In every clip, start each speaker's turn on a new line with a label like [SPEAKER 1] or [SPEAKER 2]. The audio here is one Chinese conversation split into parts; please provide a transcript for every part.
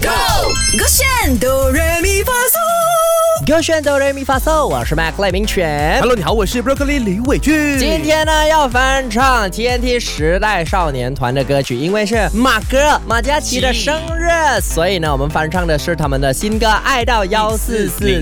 [SPEAKER 1] Go！我选哆来咪发嗦。
[SPEAKER 2] 歌炫哆瑞咪发嗦，我是麦克赖明犬。
[SPEAKER 3] Hello，你好，我是 Broccoli 李伟俊。
[SPEAKER 2] 今天呢要翻唱 TNT 时代少年团的歌曲，因为是马哥马嘉祺的生日，所以呢我们翻唱的是他们的新歌《爱到幺四四零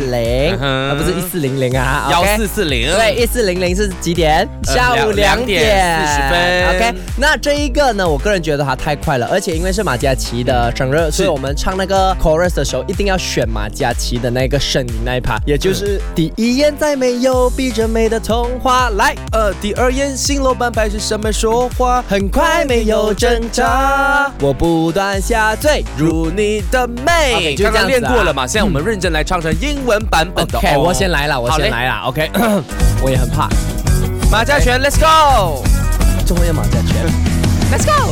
[SPEAKER 3] 嗯》，哼
[SPEAKER 2] 而不是一四零零啊，
[SPEAKER 3] 幺
[SPEAKER 2] OK
[SPEAKER 3] 四四零，
[SPEAKER 2] 对，一四零零是几点？
[SPEAKER 3] 嗯呃
[SPEAKER 2] 下午
[SPEAKER 3] 两
[SPEAKER 2] 两
[SPEAKER 3] 两点
[SPEAKER 2] 点
[SPEAKER 3] 40分
[SPEAKER 2] OK，那这一个呢，我个人觉得它太快了，而且因为是马嘉祺的生日，所以我们唱那个 chorus 的时候，一定要选马嘉祺的那个声音那一趴，也就是
[SPEAKER 3] 嗯
[SPEAKER 2] 第一眼再没有闭着美的童话，来，
[SPEAKER 3] 呃，第二眼新楼板白是什么说话？
[SPEAKER 2] 很快没有挣扎，我不断下坠。
[SPEAKER 3] 如你的
[SPEAKER 2] OK，
[SPEAKER 3] 妹，
[SPEAKER 2] 就这样子啊
[SPEAKER 3] 刚刚练过了嘛？现在我们认真来唱成英文版本的。
[SPEAKER 2] OK，
[SPEAKER 3] 哦
[SPEAKER 2] 我先。来了，我
[SPEAKER 3] 好嘞
[SPEAKER 2] 先来了，OK，我 也很怕，
[SPEAKER 3] 马嘉璇，Let's go，Let's
[SPEAKER 2] 中文马嘉祺。
[SPEAKER 3] go。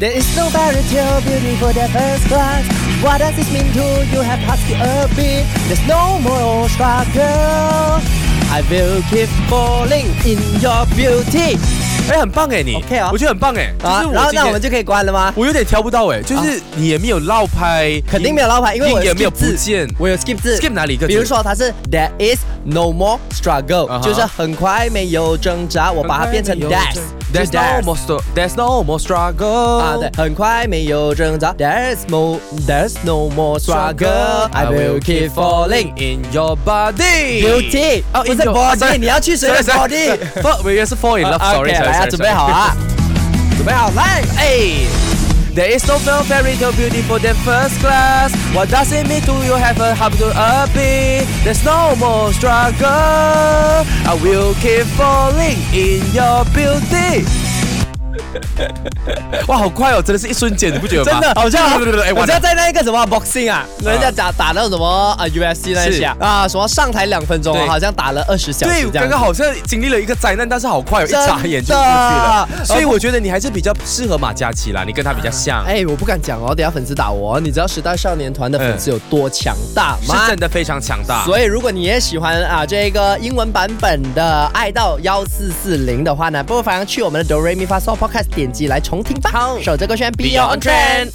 [SPEAKER 2] There is no fairy tale beauty for the first class. What does this mean to you? Have asked you a bit. There's no more struggle. I will keep falling in your beauty.
[SPEAKER 3] 哎，很棒哎，你
[SPEAKER 2] OK 啊
[SPEAKER 3] 我觉得很棒哎。
[SPEAKER 2] 啊
[SPEAKER 3] 就，是
[SPEAKER 2] 然后
[SPEAKER 3] 今
[SPEAKER 2] 那我
[SPEAKER 3] 天
[SPEAKER 2] 们就可以关了吗？
[SPEAKER 3] 我有点挑不到哎，就是你也没有绕拍，
[SPEAKER 2] 肯定没有捞牌，因为我
[SPEAKER 3] 也没有
[SPEAKER 2] skip
[SPEAKER 3] 不
[SPEAKER 2] 字
[SPEAKER 3] 见。
[SPEAKER 2] 我有 skip 字
[SPEAKER 3] skip 哪里一个字？
[SPEAKER 2] 比如说它是 There is no more struggle，、
[SPEAKER 3] 啊哈
[SPEAKER 2] 就是很快没有挣扎，我把它变成 dash。
[SPEAKER 3] There's no more str- There's no more struggle
[SPEAKER 2] 啊，对，很快没有挣扎。There's no, there's no more struggle. I will keep falling
[SPEAKER 3] in your body.
[SPEAKER 2] Beauty，
[SPEAKER 3] 哦
[SPEAKER 2] 不是
[SPEAKER 3] in your-
[SPEAKER 2] body，
[SPEAKER 3] sorry
[SPEAKER 2] 你要去谁的
[SPEAKER 3] Sorry,
[SPEAKER 2] body？Uh,
[SPEAKER 3] sorry, sorry. Fall- 我以为是 fall in love.
[SPEAKER 2] o
[SPEAKER 3] Sorry，
[SPEAKER 2] k
[SPEAKER 3] sorry，
[SPEAKER 2] 来啊，
[SPEAKER 3] sorry，
[SPEAKER 2] 准备好
[SPEAKER 3] sorry。
[SPEAKER 2] 啊，准备好，来，
[SPEAKER 3] 哎。There is no film fairy tale beautiful than first class. What does it mean to you have a hub to a bee? There's no more struggle. I will keep falling in your beauty. 哇，好快哦！真的是一瞬间，你不觉得 吗？
[SPEAKER 2] 真的好像
[SPEAKER 3] 对对对对，哎
[SPEAKER 2] 好
[SPEAKER 3] 完
[SPEAKER 2] 像
[SPEAKER 3] 了
[SPEAKER 2] 在那个什么 boxing 啊，人家打打到什么啊 UFC 那些啊啊，什么上台两分钟啊，
[SPEAKER 3] 对
[SPEAKER 2] 好像打了二十小时
[SPEAKER 3] 对，
[SPEAKER 2] 这
[SPEAKER 3] 刚
[SPEAKER 2] 样子
[SPEAKER 3] 刚。好像经历了一个灾难，但是好快，哦，一
[SPEAKER 2] 真的呃
[SPEAKER 3] 眨眼就过去了。所以我觉得你还是比较适合马嘉祺啦，你跟他比较像，
[SPEAKER 2] 哎，我不敢讲哦，等下粉丝打我哦。你知道时代少年团的粉丝有多强大
[SPEAKER 3] 是
[SPEAKER 2] 吗
[SPEAKER 3] 真？的非常强大。
[SPEAKER 2] 所以，如果你也喜欢啊这个英文版本的《爱到幺四四零》的话呢，不妨去我们的 Do Re Mi Fa So Podcast 点击来重听吧。守着歌炫 Beyond Trend。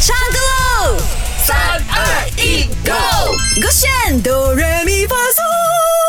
[SPEAKER 1] 唱歌喽！三二一，Go！我选哆来咪发嗦。